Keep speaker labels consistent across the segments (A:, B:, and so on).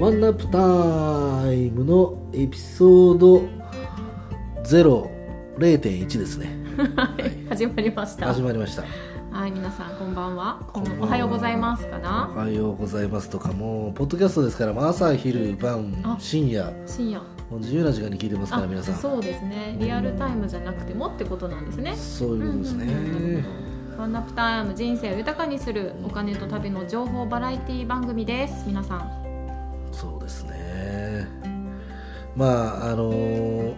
A: ワンナップタイムのエピソード0.1ですね。
B: はい始まりました
A: 始まりました。
B: はい皆さんこんばんはこん
A: こんばんは
B: おはようございますかな
A: おはようございますとか、もう、ポッドキャストですから、まあ朝、昼、晩
B: あ、
A: 深夜、
B: 深夜
A: もう自由な時間に聞いてますから、皆さん。そう
B: そうですねリアルタイムじゃなくてもってことなんですね
A: いうことですね。
B: ワンナップタイム人生を豊かにするお金と旅の情報バラエティ番組です皆さん
A: そうですね。まあ、あのー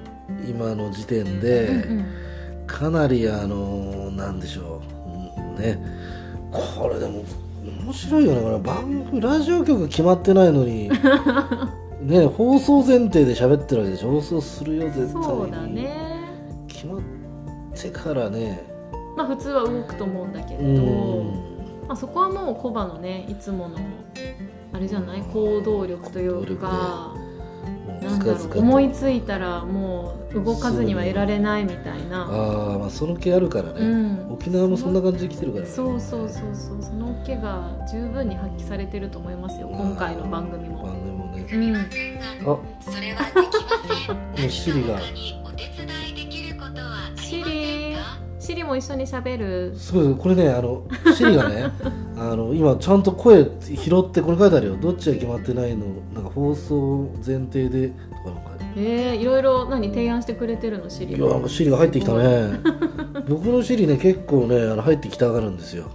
A: 今の時点で、
B: うん
A: かなりあのなんでしょううんねこれでも面白いよねこれ番組ラジオ局が決まってないの にね放送前提で喋ってるわけでしょ放送するよ絶対に
B: そうだね
A: 決まってからね
B: まあ普通は動くと思うんだけ
A: う
B: れど
A: ん
B: まあそこはもうコバのねいつものあれじゃない行動力というか
A: もう
B: な
A: ず
B: んだ
A: か
B: ろ
A: ずか
B: う
A: と
B: 思いついたらもう動かずにはいられないみたいな
A: ああまあその気あるからね、
B: うん
A: 沖縄もそんな感じで来てるからね
B: そうそうそうそうその気が十分に発揮されてると思いますよ今回の番組も
A: 番組もね
B: うん
A: あ
C: それはできません。
A: もうシリが
C: 他にお手伝いできることはありませ
B: シ
C: んか
B: リシリも一緒に喋る
A: すごいこれねあのシリがね あの今ちゃんと声拾ってこれ書いてあるよどっちが決まってないのなんか放送前提でとかなんか
B: えー、いろいろ何提案してくれてるのシ
A: い
B: リ
A: やなんかシリが入ってきた ね僕のシリね結構ねあの入ってきたがるんですよ、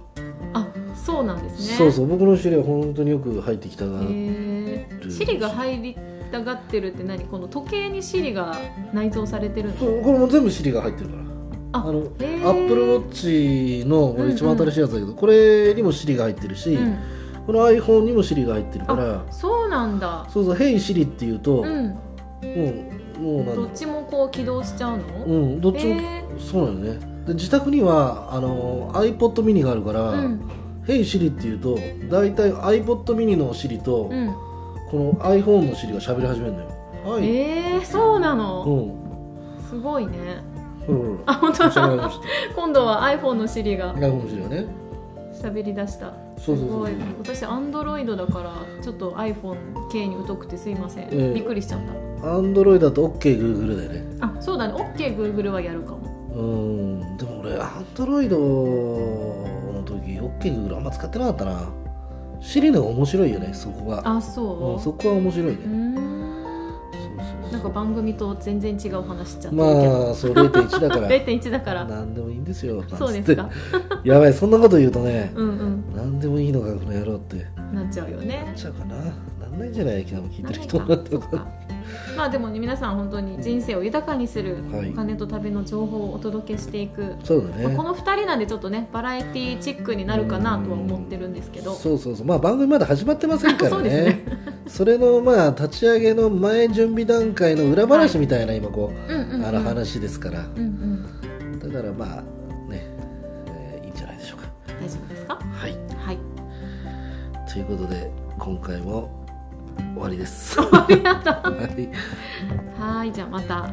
B: あそうなんですね
A: そうそう僕のシリは本当によく入ってきたがる、
B: えー、シリが入りたがってるって何この時計にシリが内蔵されてるの
A: そうこれも全部シリが入ってるから
B: あ
A: の
B: へー
A: アップルウォッチのこれ一番新しいやつだけど、これにもシリが入ってるし、
B: うん、
A: この iPhone にもシリが入ってるから
B: そうなんだ
A: そうそう「Hey シリ」って言うと、
B: うん
A: もうもうなんだ
B: どっちもこう起動しちゃうの、
A: うん、どっちも、
B: え
A: そうなのねで自宅にはあの iPod ミニがあるから「
B: うん
A: ヘイ Siri」って言うと大体 iPod ミニの Siri と、
B: うん
A: この iPhone の Siri が喋り始めるのよはい、
B: えー、そうな
A: う
B: の、
A: ん
B: すごいね
A: ほらほら
B: あ本当
A: 喋り
B: だ
A: ま し
B: 今度は iPhone のシリが
A: た iPhone の Siri がね
B: 喋り出した
A: そうそうそう
B: すごい私 Android だからちょっと iPhone 系に疎くてすいません、
A: ええ
B: びっくりしちゃった
A: Android だと OKGoogle だよね
B: あそうだね OKGoogle はやるかも
A: うんでも俺 Android の時 OKGoogle あんま使ってなかったな Siri の方が面白いよねそこは
B: あそう、
A: うん、そこは面白いね、
B: うーん
A: そうそう
B: なんか番組と全然違う話しちゃってるけど、
A: まあそう0.1だから
B: 0.1だから
A: なんでもいいんですよ。
B: そうです
A: なん
B: か
A: つって やばい、そんなこと言うとね、
B: うん
A: なんでもいいのか、この野郎って。
B: うんなっちゃうよね
A: なっちゃうかな。なんないんじゃない昨日も聞い
B: な
A: てる
B: んない
A: 人
B: か
A: なんと
B: そっ
A: か。
B: かまあでもね皆さん本当に人生を豊かにする
A: はい
B: お金と旅の情報をお届けしていく、
A: そうだ
B: まあ
A: ね
B: こ。の2人なんでちょっとねバラエティチックになるかなとは思ってるんですけど
A: そうそうそう。まあ番組まだ始まってませんか
B: そ
A: ら
B: うです
A: ね
B: ね。
A: それのまあ立ち上げの前準備段階の裏話みたいな今こ
B: うんうんう
A: う、
B: ん
A: あの話ですから。
B: うんうん
A: だからまあね、えーいいんじゃないでしょうか。
B: 大丈夫ですか
A: はい。
B: はい
A: ということで、今回も終わりです。
B: ありがと う
A: はい。
B: はーいじゃあまた